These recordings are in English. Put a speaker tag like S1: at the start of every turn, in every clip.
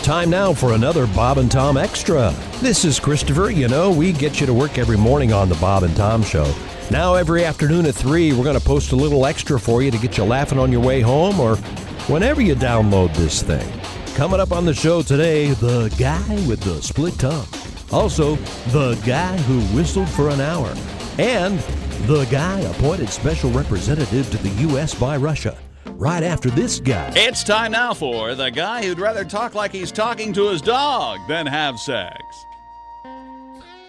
S1: Time now for another Bob and Tom Extra. This is Christopher. You know, we get you to work every morning on the Bob and Tom Show. Now, every afternoon at 3, we're going to post a little extra for you to get you laughing on your way home or whenever you download this thing. Coming up on the show today, the guy with the split tongue. Also, the guy who whistled for an hour. And the guy appointed special representative to the U.S. by Russia. Right after this guy.
S2: It's time now for the guy who'd rather talk like he's talking to his dog than have sex.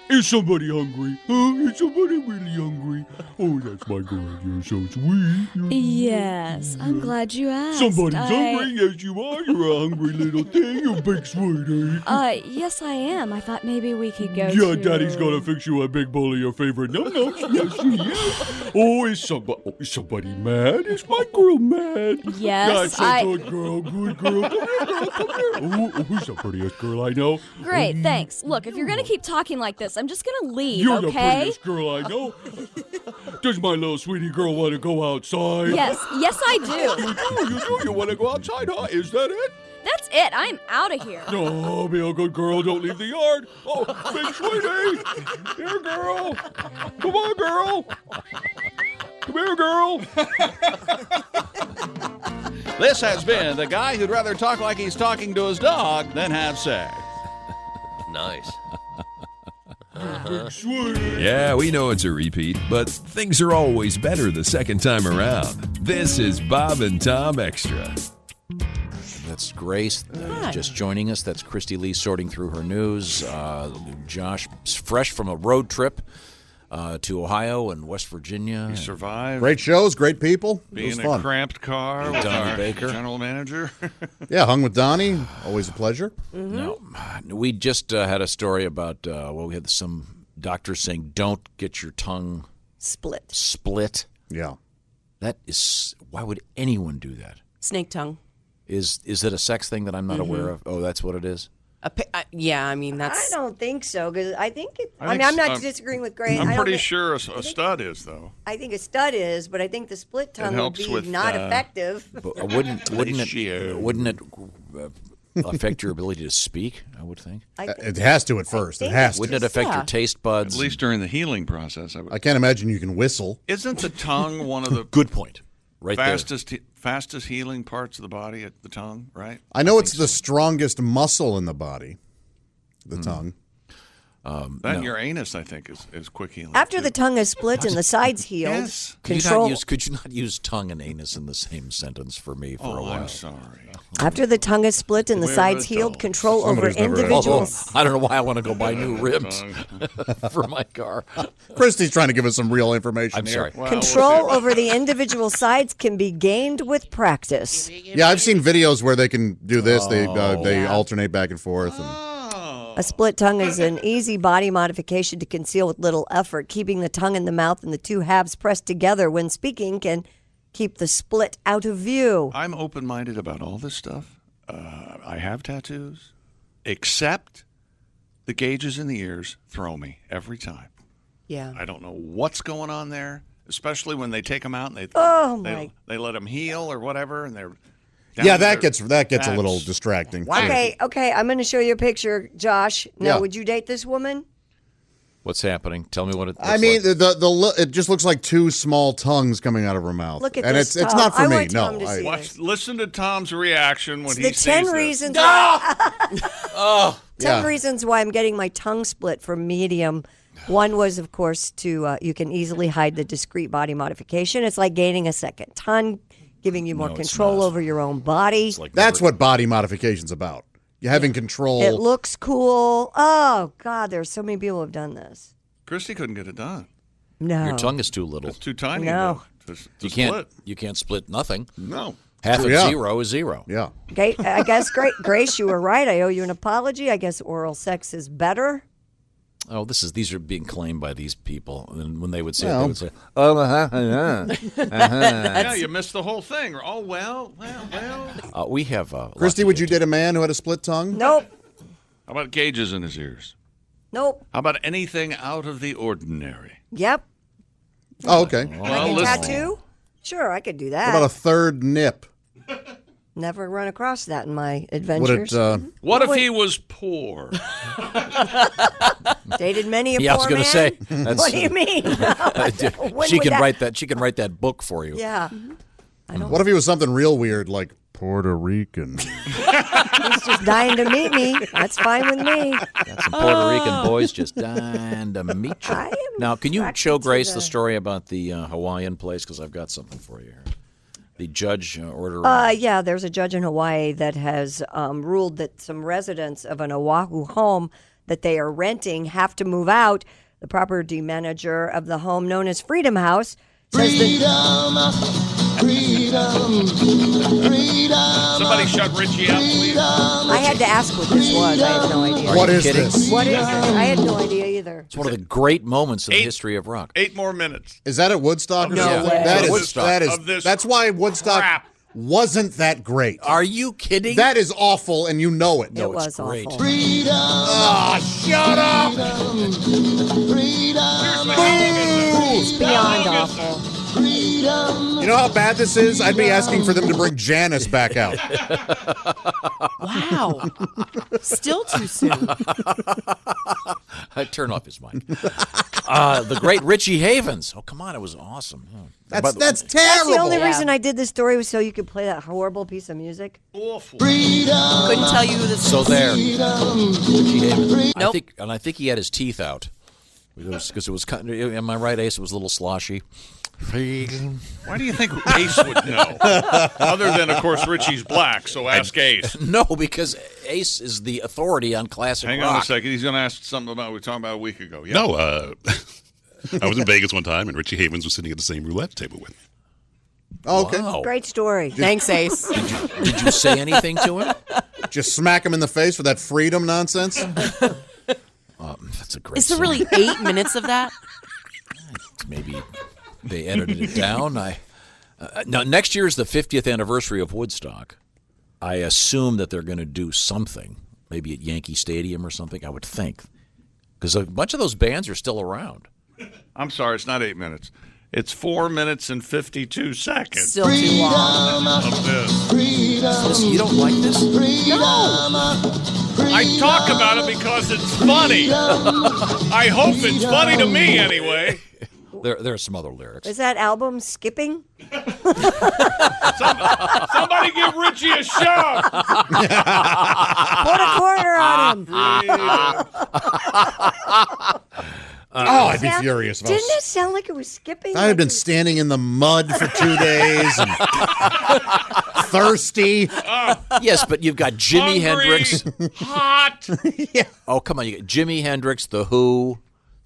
S3: Is somebody hungry? Huh? Is somebody really hungry? Oh, that's my girl. You're so sweet. You're
S4: Yes, I'm glad you asked.
S3: Somebody's
S4: I-
S3: hungry. Yes, you are. You're a hungry little thing. You big sweetie.
S4: Uh, yes, I am. I thought maybe we could go.
S3: yeah,
S4: to...
S3: Daddy's gonna fix you a big bowl of your favorite num-nums. yes, she is. Oh, is somebody, oh, is somebody mad? Is my girl mad?
S4: Yes,
S3: That's a
S4: I-
S3: good girl. Good girl. Come here, girl. Come here. Ooh, oh, who's the prettiest girl I know?
S4: Great, thanks. Look, if you're gonna keep talking like this, I'm just gonna leave.
S3: Mm-hmm. You're the
S4: okay?
S3: prettiest girl I know. Does my little sweetie girl want to go outside?
S4: Yes, yes, I do.
S3: Oh, you do? You want to go outside, huh? Is that it?
S4: That's it. I'm out of here.
S3: No, Oh, be a good girl. Don't leave the yard. Oh, big sweetie. Here, girl. Come on, girl. Come here, girl.
S2: This has been the guy who'd rather talk like he's talking to his dog than have sex.
S5: Nice.
S3: Big sweetie.
S6: Yeah, we know it's a repeat, but things are always better the second time around. This is Bob and Tom Extra.
S7: That's Grace uh, who's just joining us. That's Christy Lee sorting through her news. Uh, Josh, fresh from a road trip uh, to Ohio and West Virginia.
S2: Survive
S8: Great shows, great people. it was
S2: being a
S8: fun.
S2: cramped car with
S7: Donnie
S2: our
S7: Baker.
S2: general manager.
S8: yeah, hung with Donnie. Always a pleasure.
S7: No, we just uh, had a story about uh, well, we had some doctors saying don't get your tongue
S9: Split.
S7: split.
S8: Yeah.
S7: That is why would anyone do that?
S9: Snake tongue.
S7: Is is it a sex thing that I'm
S2: Mm-hmm.
S7: not aware of? Oh, that's what it is.
S9: A pi- I- yeah, I mean
S10: I
S9: that's
S10: don't think so because I think it. I,
S2: think
S10: mean, I'm
S2: s-
S10: not
S2: I'm-
S10: disagreeing with Gray. I
S2: I'm
S10: don't
S2: pretty
S10: think-
S2: sure a, a stud is, though.
S10: I think a stud is, but I think the split tongue would
S2: helps
S10: be
S2: with,
S10: not
S2: uh,
S10: effective.
S7: But uh, wouldn't wouldn't
S2: Ratio.
S7: it wouldn't it uh, affect your ability to speak? I would think.
S10: I think,
S8: Uh, It has to at first. It has
S7: Wouldn't
S8: to.
S7: it affect
S9: Yeah.
S7: your taste buds?
S2: At least during the healing process, I would.
S8: I can't imagine you can whistle.
S2: Isn't the tongue one of the
S7: Good point. Right
S2: fastest fastest healing parts of the body? At the tongue, right?
S8: I know it's the strongest muscle in the body, the tongue.
S2: That your anus, I think, is, is quick healing.
S10: after
S2: too.
S10: the tongue is split and the sides healed,
S2: Yes.
S7: there. Could You
S10: control
S7: not use, could you not use tongue and anus in the same sentence for me for a
S2: Oh,
S7: while?
S2: I'm sorry.
S10: after the tongue is split and the
S2: We're
S10: sides healed,
S2: adults.
S10: control
S8: Somebody's
S10: over
S8: never had
S10: individual.
S7: Although, I don't know why I want to go buy new ribs for my car.
S8: Christy's trying to give us some real information
S7: I'm
S8: here.
S7: sorry.
S2: Well,
S10: Control over the individual sides can be gained with practice.
S8: Yeah, I've seen videos where they can do this. They uh, they
S10: Yeah.
S8: alternate back and forth. And,
S10: A split tongue is an easy body modification to conceal with little effort. Keeping the tongue in the mouth and the two halves pressed together when speaking can keep the split out of view.
S2: I'm open minded about all this stuff. Uh, I have tattoos, except the gauges in the ears throw me every time.
S9: yeah.
S2: I don't know what's going on there, especially when they take them out and they
S10: Oh,
S2: they,
S10: my.
S2: they let them heal or whatever, and they're down
S8: yeah,
S2: there.
S8: that gets that gets a little
S2: That's-
S8: distracting.
S10: Okay, okay, I'm going to show you a picture, Josh. Now,
S8: Yeah.
S10: would you date this woman?
S7: What's happening? Tell me what it.
S8: I
S7: looks
S8: mean,
S7: like.
S8: the the, the lo- it just looks like two small tongues coming out of her mouth.
S10: Look at
S8: and
S10: this
S8: it's it's
S10: tongue.
S8: not for
S10: I
S8: me.
S10: want
S8: no,
S10: Tom to see
S8: I,
S10: it.
S2: Watch, listen to Tom's reaction when
S10: It's
S2: he
S10: the
S2: sees
S10: 10
S2: this.
S10: reasons why, 10
S7: Oh.
S8: yeah.
S10: reasons why I'm getting my tongue split for medium. One was, of course, to uh, you can easily hide the discrete body modification. It's like gaining a second tongue, giving you more control over your own body.
S7: It's like
S8: That's
S7: never-
S8: what body modification's about. You having control.
S10: It looks cool. Oh God, there's so many people who have done this.
S2: Christy couldn't get it done.
S10: No,
S8: Oh.
S7: your tongue is too little.
S2: It's too tiny.
S10: No.
S2: to- to
S7: You can't.
S2: split.
S7: You can't split nothing.
S2: No.
S7: Half of
S8: Yeah.
S7: zero is zero.
S8: yeah.
S10: Okay, I guess great Grace, you were right. I owe you an apology. I guess oral sex is better.
S7: Oh, this is these are being claimed by these people, and when they would say, it,
S8: Well.
S7: they would say, "Oh, uh-huh, uh-huh."
S2: yeah, you missed the whole thing. Oh well, well, well. How
S7: Uh, we have." Uh,
S8: Christy, would you date a man who had a split tongue?
S10: Nope,
S2: about gauges in his ears?
S10: nope,
S2: How about anything out of the ordinary?
S10: yep.
S8: Oh, okay.
S2: Well,
S10: like a
S2: listen.
S10: tattoo? Sure, I could do that.
S8: What about a third nip?
S10: Never run across that in my adventures.
S8: Would it? Uh,
S2: What if he was poor?
S10: Dated many a
S7: Yeah, I
S10: poor
S7: was gonna
S10: man?
S7: say, that's- uh,
S10: what do you mean? When
S7: she
S10: would
S7: can
S10: that-
S7: write that. She can write that book for you.
S10: Yeah.
S8: what if he was something real weird, like Puerto Rican?
S10: He's just dying to meet me. That's fine with me.
S7: Got some Puerto Rican boys just dying to meet you.
S10: Oh. I am
S7: Now, can you show
S10: attracted to
S7: Grace
S10: the-
S7: the story about the uh, Hawaiian place? Because I've got something for you here. The judge uh, ordering.
S10: Uh, yeah, there's a judge in Hawaii that has um, ruled that some residents of an Oahu home that they are renting have to move out. The property manager of the home, known as Freedom House, says that
S3: Somebody shut Richie out, please.
S10: I had to ask what this was. I had no idea.
S8: what is
S7: kidding?
S8: this?
S10: What is it? I had no idea either.
S7: it's one of the great moments in the history of rock.
S2: Eight more minutes.
S8: Is that at Woodstock? or
S2: No
S8: something?
S10: way.
S8: That is.
S7: Woodstock.
S8: That is.
S2: Of this
S8: that's why Woodstock
S2: crap.
S8: wasn't that great.
S7: Are you kidding?
S8: That is awful, and you know it.
S10: it
S7: it's
S10: was
S7: great.
S10: awful.
S8: Ah, shut up!
S10: It's beyond awful.
S8: You know how bad this is? I'd be asking for them to bring Janice back out.
S9: Wow. Still too soon.
S7: Turn off his mic. uh, the great Richie Havens. Oh, come on. It was awesome. Yeah.
S8: That's
S7: But-
S8: that's
S10: That's
S8: terrible.
S10: the only reason I did this story was so you could play that horrible piece of music.
S9: Couldn't tell you this.
S7: So there. Richie Havens. I
S9: Nope.
S7: think, and I think he had his teeth out. Because it was, kind of- am I right, Ace? It was a little sloshy.
S2: Why do you think Ace would know? Other than, of course, Richie's black, so ask Ace.
S7: No, because Ace is the authority on classic
S2: Hang
S7: rock.
S2: on a second. He's going to ask something about we were talking about a week ago. Yeah.
S11: No, uh, I was in Vegas one time, and Richie Havens was sitting at the same roulette table with me.
S8: Oh, Okay.
S7: Wow.
S10: Great story.
S9: Thanks, Ace.
S7: Did you say anything to him?
S8: Just smack him in the face for that freedom nonsense.
S7: That's a great.
S9: Is there
S7: song.
S9: really eight minutes of that?
S7: Maybe they edited it down. I uh, now next year is the 50th anniversary of Woodstock. I assume that they're going to do something, maybe at Yankee Stadium or something. I would think, because a bunch of those bands are still around.
S2: I'm sorry. It's not eight minutes. It's four minutes and 52 seconds
S9: Still too long.
S2: of this.
S7: This- you don't like this?
S2: I talk about it because it's funny. I hope it's funny to me anyway.
S7: There, there are some other lyrics.
S10: Is that album skipping?
S2: Somebody give Richie a shot.
S10: Put a quarter on him.
S8: oh, I'd be
S10: Sound-
S8: furious. If I,
S10: Didn't it
S8: was,
S10: sound like it was skipping?
S8: I had
S10: Like
S8: been
S10: it-
S8: standing in the mud for two days and thirsty.
S7: Yes, but you've got Jimi
S2: Hungry,
S7: Hendrix.
S2: Hot.
S7: Oh, come on, you got Jimi Hendrix, The Who.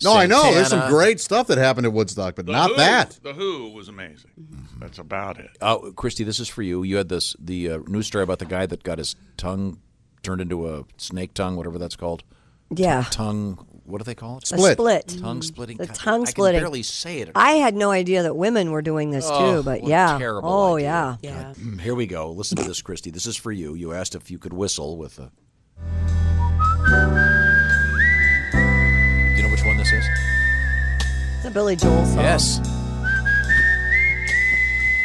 S8: No, I know. There's some
S7: Santana.
S8: great stuff that happened at Woodstock, but not
S2: Who-
S8: that.
S2: The Who was amazing. That's about it.
S7: Oh, Christy, this is for you. You had this the uh, news story about the guy that got his tongue turned into a snake tongue, whatever that's called.
S10: Yeah.
S7: Tongue. What do they call it?
S10: A
S8: Split.
S10: split.
S7: Tongue splitting.
S10: The
S7: God,
S10: tongue
S7: I
S10: splitting.
S7: can barely say it.
S10: I had no idea that women were doing this too, but
S7: what a
S10: yeah.
S7: terrible
S10: oh
S7: idea.
S10: yeah.
S9: Yeah.
S7: Here we go. Listen to this, Christy. This is for you. You asked if you could whistle with a. Do you know which one this is?
S10: Uh-huh. It's a Billy Joel song.
S7: Yes.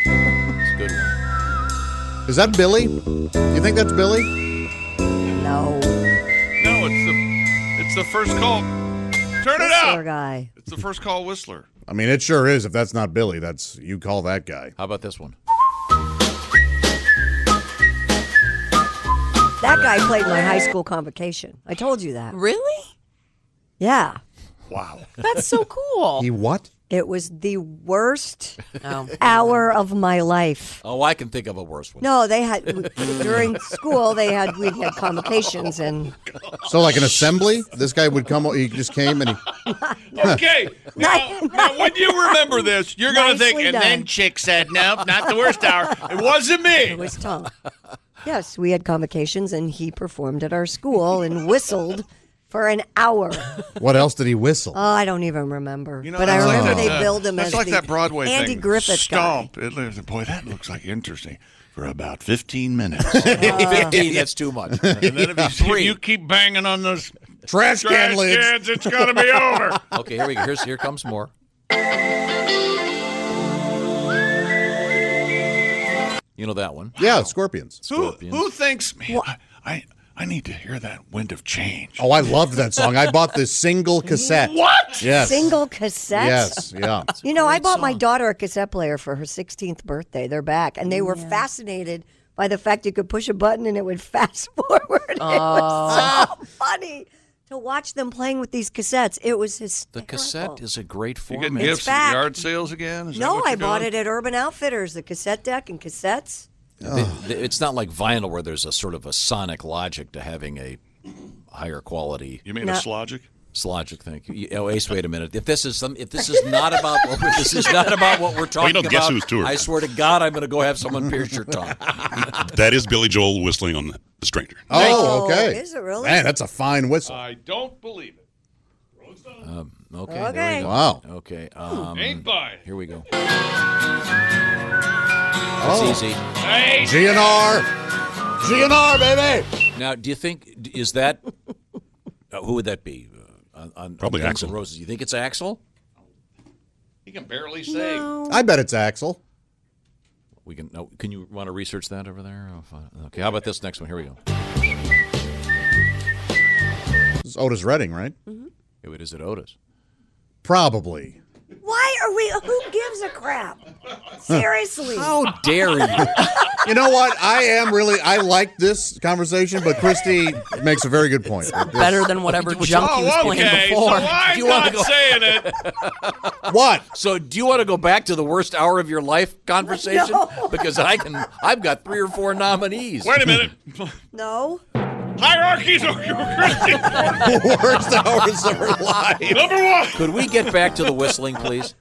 S7: It's a good one.
S8: Is that Billy? You think that's Billy?
S10: No.
S2: No, it's the it's the first call. Turn it
S10: Whistler
S2: up.
S10: guy.
S2: It's the first call whistler.
S8: I mean, it sure is. If that's not Billy, that's you call that guy.
S7: How about this one?
S10: That guy played my high school convocation. I told you that.
S9: Really?
S10: Yeah.
S9: That's so cool.
S8: He what?
S10: It was the worst
S9: Oh.
S10: hour of my life.
S7: Oh, I can think of a worse one.
S10: No, they had during school they had we had convocations and
S8: So like an assembly? This guy would come. He just came and he.
S2: Okay. Now, now, when you remember this, you're gonna think.
S10: Nicely
S2: And then
S10: done.
S2: chick said, "Nope, not the worst hour. It wasn't
S10: it
S2: me."
S10: was tongue. Yes, we had convocations and he performed at our school and whistled for an hour.
S8: What else did he whistle?
S10: Oh, I don't even remember.
S2: You know,
S10: but I
S2: that's like
S10: remember
S2: that,
S10: they
S2: uh,
S10: billed him
S2: that's
S10: as
S2: like
S10: the
S2: that Broadway
S10: Andy
S2: thing.
S10: Griffith guy.
S2: Stomp. It lives- boy, that looks like interesting for about 15 minutes. and
S10: Uh,
S7: Fifteen. That's too much.
S2: then if you, if you keep banging on those trash
S8: trash can lids.
S2: cans, it's gonna be over.
S7: Okay, here we go. Here's, here comes more. You know that one?
S8: Yeah, Scorpions.
S2: Who, who thinks, man, I, I, I need to hear that wind of change?
S8: Oh, I loved that song. I bought the single cassette.
S2: What?
S8: Yes.
S10: Single cassette?
S8: Yes, yeah.
S10: You know, I bought my daughter a cassette player for her 16th birthday. They're back, and they were fascinated by the fact you could push a button and it would fast forward. It was so funny to watch them playing with these cassettes. It was
S7: The
S10: hysterical.
S7: cassette is a great
S2: You
S7: format.
S2: getting gifts at yard sales again? Is that
S10: No,
S2: what
S10: I
S2: you're
S10: bought
S2: doing?
S10: it at Urban Outfitters, the cassette deck and cassettes.
S7: They- they- it's not like vinyl where there's a sort of a sonic logic to having a higher quality. You
S2: mean
S10: a No.
S2: slogic?
S7: Slogic, thank you. Oh, Ace, wait a minute. If this is some, if this is not about what we're, this is not about what we're
S11: Well, you
S7: talking
S11: don't guess
S7: about,
S11: who's touring.
S7: I swear to God, I'm going to go have someone pierce your tongue.
S11: that is Billy Joel whistling on The Stranger.
S8: Oh, okay.
S10: Is it really?
S8: Man, that's a fine whistle.
S2: Uh,
S3: I don't believe it.
S7: Um, okay. there we
S10: Okay.
S7: go.
S8: Wow.
S7: Okay. Um,
S3: Ain't buying.
S7: Here we go.
S8: Oh.
S7: It's easy.
S3: Hey,
S8: GNR. GNR, baby.
S7: Now, do you think d- is that uh, who would that be? Uh, on, on
S11: Probably
S7: Guns
S11: Axl.
S7: N' Roses. You think it's Axel?
S2: He can barely say.
S8: I bet it's Axel.
S7: We can. No, can you want to research that over there? Oh, fine. Okay. How about this next one? Here we go.
S8: It's Otis Redding, right?
S7: Oh, It is it Otis.
S8: Probably.
S10: Why are we? Who gives a crap? Seriously.
S7: How dare you?
S8: Oh, You know what? I am really. I like this conversation, but Christy makes a very good point.
S9: Better than whatever junk he was
S2: Oh,
S9: playing
S2: okay. So
S9: before.
S2: I'm
S7: you wanna
S2: not
S7: go-
S2: saying it.
S8: What?
S7: So, do you want to go back to the worst hour of your life conversation?
S10: No.
S7: Because I can. I've got three or four nominees.
S2: Wait a minute.
S10: No.
S2: Hierarchies are your Christian.
S8: Worst hours of her life.
S2: Number one.
S7: Could we get back to the whistling, please?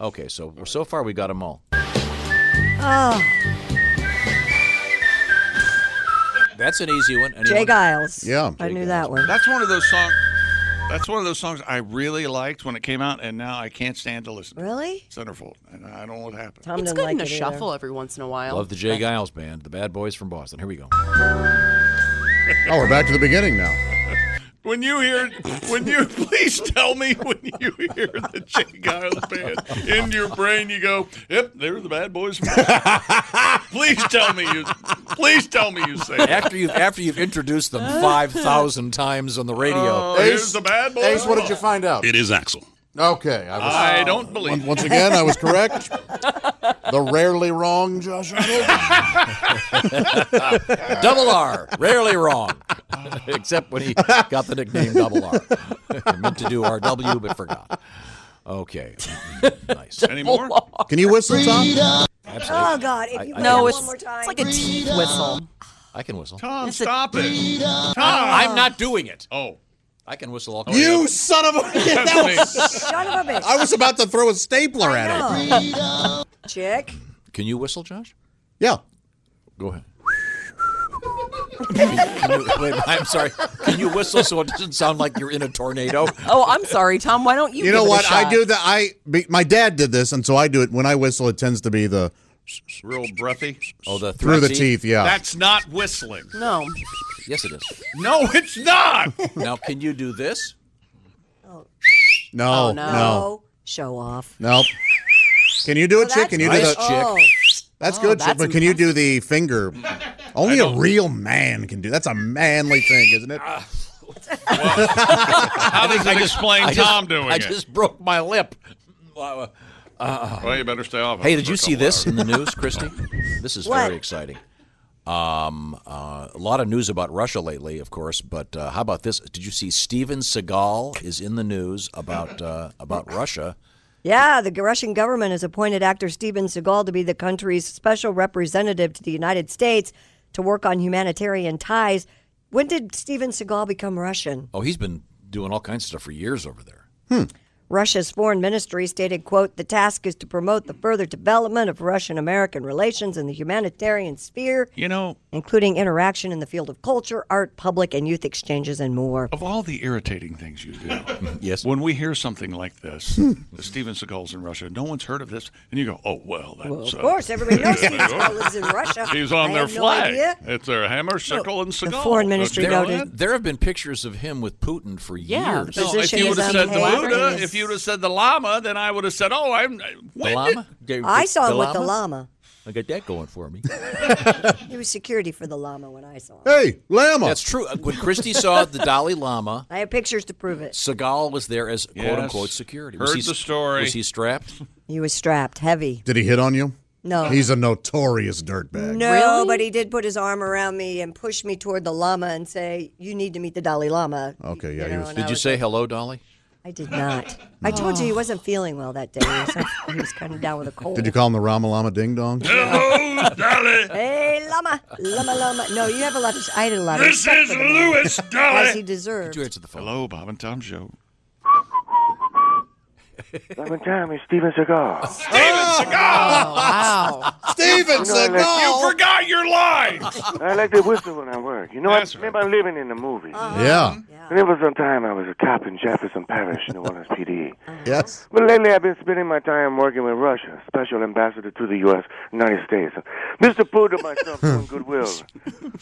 S7: Okay. So so far we got them all.
S10: Oh,
S7: That's an easy one. Anyone-
S10: Jay Giles.
S8: Yeah.
S10: I
S7: Jay
S10: knew
S7: Giles.
S10: that one.
S2: That's one of those songs. That's one of those songs I really liked when it came out, and now I can't stand to listen. to it.
S10: Really?
S2: Centerfold, and I don't know what happened.
S10: Tom
S9: It's
S10: didn't
S9: good
S10: like
S9: in a
S10: it either.
S9: shuffle every once in a while.
S7: Love the Jay Giles band, the Bad Boys from Boston. Here we go.
S8: Oh, we're back to the beginning now.
S2: When you hear, when you please tell me when you hear the Jay Giles band in your brain, you go, "Yep, they're the bad boys." from Boston." please tell me you, please tell me you say, that.
S7: After you've after you've introduced them five thousand times on the
S2: "Oh,
S7: radio,
S2: here's the bad boys."
S8: Ace, what did you find out?
S11: It is Axel.
S8: Okay, I was.
S2: I don't believe.
S8: Once again, I was correct. The rarely wrong Josh Arnold.
S7: Double R, rarely wrong, except when he got the nickname Double R. I meant to do RW, but forgot. Okay, nice.
S2: Anymore?
S8: Can you whistle, Tom? Ah.
S10: Oh God! If you play
S9: no,
S10: it
S9: it's,
S10: one more
S9: it's
S10: time.
S9: like a teeth whistle.
S7: I can whistle.
S2: Tom,
S9: It's a-
S2: stop it. Tom.
S7: I'm not doing it.
S2: oh,
S7: I can whistle all.
S8: Oh, You son of a! That was-
S10: Son of a bitch.
S8: I was about to throw a stapler at it.
S10: No. Chick.
S7: Can you whistle, Josh?
S8: Yeah.
S7: Go ahead. Can you- wait, I'm sorry. Can you whistle so it doesn't sound like you're in a tornado?
S9: Oh, I'm sorry, Tom. Why don't you?
S8: You know
S9: give it a
S8: what? I
S9: shot?
S8: do that. I be, my dad did this, and so I do it. When I whistle, it tends to be the
S2: real breathy.
S7: Oh, the
S8: through the
S7: thrusty?
S8: teeth. Yeah.
S2: That's not whistling.
S9: No.
S7: Yes, it is.
S2: No, it's not.
S7: Now, can you do this?
S8: no,
S9: Oh,
S8: no,
S9: no.
S8: no,
S10: Show off.
S8: Can you do it, chick?
S10: that's
S8: Can you do
S7: nice.
S8: the?
S7: Oh.
S8: That's good,
S9: that's
S8: chick. But can you do the finger? Only a real man can do. That's a manly thing, isn't it?
S2: How does it explain
S7: I just-
S2: Tom doing
S7: I
S2: it?
S7: just broke my lip. Uh,
S2: well, you better stay off. of
S7: Hey,
S2: it
S7: did
S2: for
S7: you
S2: a
S7: see
S2: couple
S7: this in the news, Christy? This is
S10: What?
S7: very exciting. Um, uh, a lot of news about Russia lately, of course. But uh, how about this? Did you see Steven Seagal is in the news about uh, about Russia?
S10: Yeah, the Russian government has appointed actor Steven Seagal to be the country's special representative to the United States to work on humanitarian ties. When did Steven Seagal become Russian?
S7: Oh, he's been doing all kinds of stuff for years over there.
S10: Russia's foreign ministry stated, quote, the task is to promote the further development of Russian-American relations in the humanitarian sphere,
S2: You know,
S10: including interaction in the field of culture, art, public and youth exchanges, and more.
S2: of all the irritating things you do,
S7: Yes.
S2: when we hear something like this, the Steven Seagal's in Russia, no one's heard of this, and you go, "Oh well, that's
S10: Well, of
S2: uh,
S10: course, everybody knows
S2: yeah,
S10: Steven
S2: there you are.
S10: Seagal lives in Russia.
S2: He's on
S10: I
S2: their
S10: have no
S2: flag.
S10: idea.
S2: it's their hammer, sickle, and Seagal.
S10: the foreign
S2: Don't
S10: ministry
S2: you know
S10: noted-
S2: that?
S7: There have been pictures of him with Putin for
S9: Yeah,
S7: years.
S9: the
S2: No, if
S10: Position
S2: you
S10: is
S2: would have said the
S10: unhappy.
S2: Buddha, if you would have said the Lama, then I would have said, "Oh, I'm."
S7: The
S2: When did-
S7: llama?
S10: I saw him with the llama.
S7: I got that going for me.
S10: He was security for the llama when I saw him.
S7: Hey, Lama. That's true. Uh, When Christie saw the Dalai Lama,
S10: I have pictures to prove it.
S7: Seagal was there as quote
S10: Yes.
S7: unquote security.
S10: Heard
S7: was he,
S10: the story.
S7: Was he strapped?
S10: He was strapped, heavy.
S8: Did he hit on you?
S9: Oh.
S10: No.
S8: He's a notorious dirtbag.
S10: No, but he did put his arm around me and push me toward the llama and say, "You need to meet the Dalai Lama."
S8: Okay, yeah,
S10: You
S8: he
S10: know,
S8: was.
S10: and I
S7: Did you
S10: was
S7: say hello, Dolly?
S10: I did not. I told you he wasn't feeling well that day. He was, he was kind of down with a cold.
S8: Did you call him the Rama Lama Ding Dong?
S2: Oh,
S10: Hey, llama, llama, llama. No, you have a lot of. I had a lot of.
S2: This
S10: respect
S2: is
S10: for the man,
S2: Louis Dolly.
S10: As he deserved.
S7: answer the phone?
S2: Hello, Bob and Tom Show.
S12: Lemon time is Steven Seagal.
S2: Steven Seagal!
S12: wow. Steven Seagal!
S2: You forgot your lines!
S12: I like to whistle when I work. You know, I remember living in the movies.
S8: Uh-huh. Yeah.
S12: And there was some time I was a cop in Jefferson Parish in the New PD.
S8: Yes.
S12: But lately I've been spending my time working with Russia, special ambassador to the U.S., United States. Mr. Putin, myself, doing goodwill,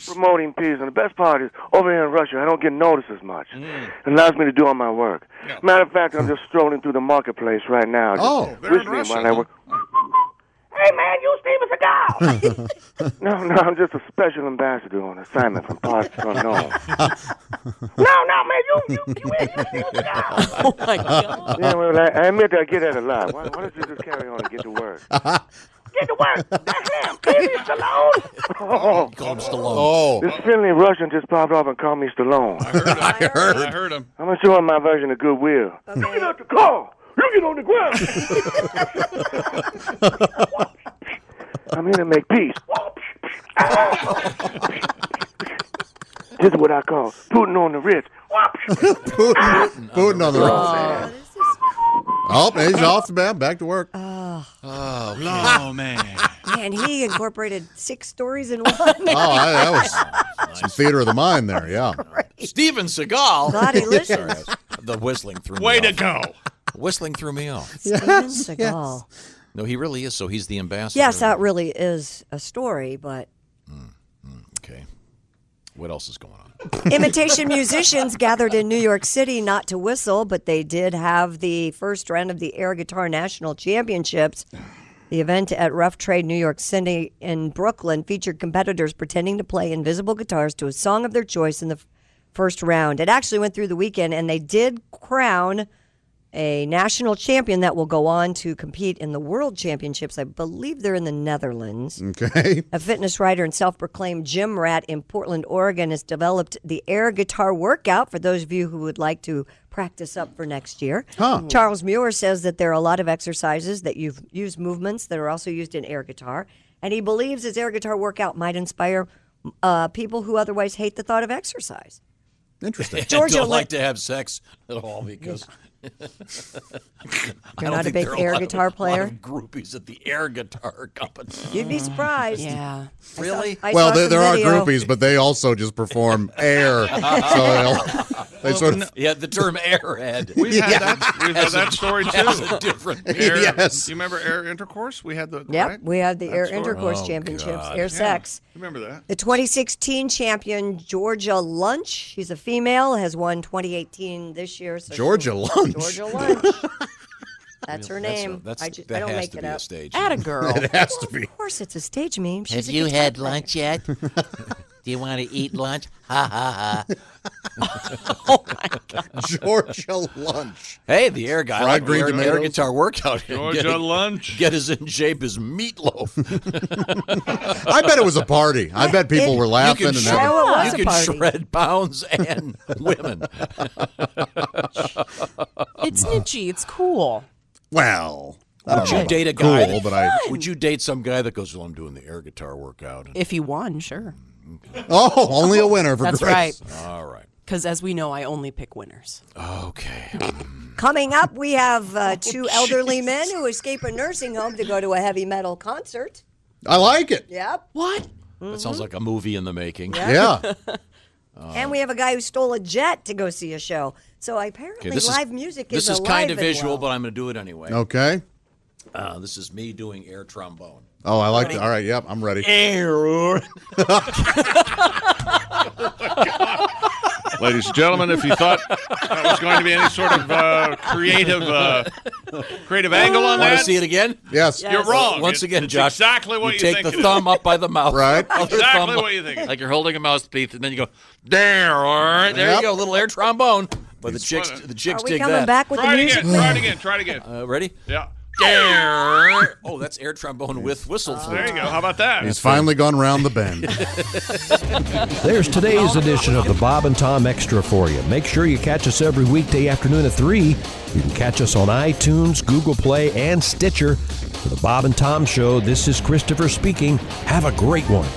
S12: promoting peace. And the best part is, over here in Russia, I don't get noticed as much.
S13: Mm.
S12: It allows me to do all my work. Matter of fact, I'm just strolling through the marketplace right now. just
S13: Oh, they're in
S12: whistling
S13: Russia,
S12: while I work.
S13: Hey, man, you Steven Seagal.
S12: No, no, I'm just a special ambassador on assignment from parts unknown.
S13: No, no, man, you, you, you, you Steven Seagal.
S12: oh my god! Yeah, well, I, I admit I get that a lot. Why, why don't you just carry on and get to work?
S13: Get to work. Damn, baby, Stallone.
S12: Oh,
S7: call him Stallone.
S12: Oh, this friendly Russian just popped off and called me Stallone. I heard him. I heard,
S2: I heard him.
S12: I'm gonna show him my version of goodwill. You get out the car. You get on the ground. I'm here to make peace. this is what I call Putin on the Ritz.
S8: Putin, Putin on the right. Oh, he's off the bat, back to work.
S10: Oh,
S7: Oh,
S2: man.
S10: man, he incorporated six stories in one. oh,
S8: Oh, I, that was some theater of the mind there. Yeah.
S7: Steven Seagal.
S10: God, he listens.
S7: Sorry, I was- the whistling threw me
S2: Way to
S7: off.
S2: go.
S7: Whistling threw me off.
S10: Steven Seagal.
S7: No, he really is. So he's the ambassador.
S10: Yes, that really is a story, but
S7: What else is going on?
S10: Imitation musicians gathered in New York City not to whistle, but they did have the first round of the Air Guitar National Championships. The event at Rough Trade New York City in Brooklyn featured competitors pretending to play invisible guitars to a song of their choice in the f- first round. It actually went through the weekend, and they did crown a national champion that will go on to compete in the World Championships. I believe they're in the Netherlands.
S8: Okay.
S10: A fitness writer and self proclaimed gym rat in Portland, Oregon, has developed the air guitar workout for those of you who would like to practice up for next year. Mm-hmm.
S13: Huh.
S10: Charles Muir says that there are a lot of exercises that you've used movements that are also used in air guitar, and he believes his air guitar workout might inspire uh, people who otherwise hate the thought of exercise.
S7: Interesting.
S10: Georgia
S7: I don't
S10: Lin-
S7: like to have sex at all because. I
S10: You're
S7: don't
S10: not a
S7: think
S10: big
S7: there are
S10: air
S7: lot of-
S10: guitar player?
S7: lot of groupies at the air guitar company.
S10: You'd be surprised.
S9: Yeah.
S7: Really?
S10: I
S8: well,
S10: saw
S8: there,
S10: some
S8: there are
S10: video.
S8: groupies, but they also just perform air. So they'll- they
S7: Well,
S8: sort
S7: no-
S8: of.
S7: yeah, the term airhead.
S2: We've had
S8: Yeah.
S2: that, we've had
S7: Has
S2: that
S7: a-
S2: story too.
S7: has a different
S2: air,
S8: Yes.
S2: You remember air intercourse? We had the.
S10: Yep,
S2: right?
S10: we had the
S2: That
S10: Air
S2: story.
S10: Intercourse
S2: Oh,
S10: Championships,
S2: God.
S10: air
S2: Yeah.
S10: sex.
S2: Remember that?
S10: The 2016 champion Georgia Lunch, she's a female, has won 2018 this year. So she-
S8: Georgia Lunch.
S10: Georgia Lunch. That's
S7: That's a-
S10: her name.
S7: that's-
S10: I, ju-
S7: that
S10: I don't
S7: has
S10: make
S7: to
S10: it
S7: be a
S10: up. Ah!
S7: stage
S10: Atta
S7: name.
S10: girl.
S7: It has to
S10: Well,
S7: be.
S10: Of course, it's a stage meme. She's
S14: Have
S10: a
S14: you
S10: guitar
S14: had
S10: player.
S14: lunch yet? Do you want to eat lunch? Ha ha ha.
S10: oh
S14: my God.
S8: Georgia lunch.
S7: Hey, the air guy. I
S8: Fried
S7: like the
S8: green
S7: air, air
S8: tomatoes.
S7: guitar workout.
S8: Georgia
S2: lunch.
S7: Get as in shape as meatloaf.
S8: I bet it was a party. I bet people were laughing.
S7: You
S8: and
S7: can,
S8: having-
S7: shred, you can shred pounds and women.
S9: It's nichey. It's cool.
S8: Well, I
S7: Would
S8: don't know
S7: you
S8: about
S7: date a guy?
S8: cool, but I.
S7: would you date some guy that goes, "Well, I'm doing the air guitar workout."
S9: If he won, sure.
S8: Oh, only a winner for
S9: That's
S8: Grace.
S9: right.
S7: All right.
S9: Because as we know, I only pick winners.
S10: Mm-hmm.
S7: Okay.
S10: Coming up, we have uh, two elderly men who escape a nursing home to go to a heavy metal concert.
S8: I like it.
S10: Yep. What?
S7: That sounds like a movie in the making.
S10: Yeah.
S7: Uh,
S10: And we have a guy who stole a jet to go see a show. So apparently,
S7: this is-
S10: live music
S7: This
S10: is
S7: is
S10: alive
S7: kind of
S10: and
S7: visual,
S10: well.
S7: but I'm going to do it anyway.
S8: Okay.
S7: Uh, this is me doing air trombone.
S8: Oh, I like
S7: Ready?
S8: it. All right. Yep. I'm ready.
S7: Air.
S2: Ladies and gentlemen, if you thought that was going to be any sort of uh, creative uh, creative angle on
S7: Want
S2: that,
S7: to see it again?
S8: Yes.
S2: You're wrong.
S7: Once
S2: It's-
S7: again,
S2: it's
S7: Josh.
S2: exactly what you
S7: take
S2: think it
S7: the
S2: is.
S7: thumb up by the mouth.
S8: Right.
S7: Other
S2: Exactly
S7: thumb-
S2: what you think it is.
S7: Like you're holding a mouthpiece, and then you go, there, all right, there
S2: Yep.
S7: you go, little air trombone. But the chicks, the chicks
S10: Are we
S7: dig
S10: coming
S7: that.
S10: back with
S2: Try
S10: the
S2: it
S10: music?
S2: again. Try it again. Try it again.
S7: Uh, ready?
S2: Yeah.
S7: There. Oh, that's air trombone with
S10: Uh,
S7: whistle flute.
S2: There you go. How about that?
S8: He's finally gone round the bend.
S1: There's today's edition of the Bob and Tom Extra for you. Make sure you catch us every weekday afternoon at 3. You can catch us on iTunes, Google Play, and Stitcher. For the Bob and Tom Show, this is Christopher speaking. Have a great one.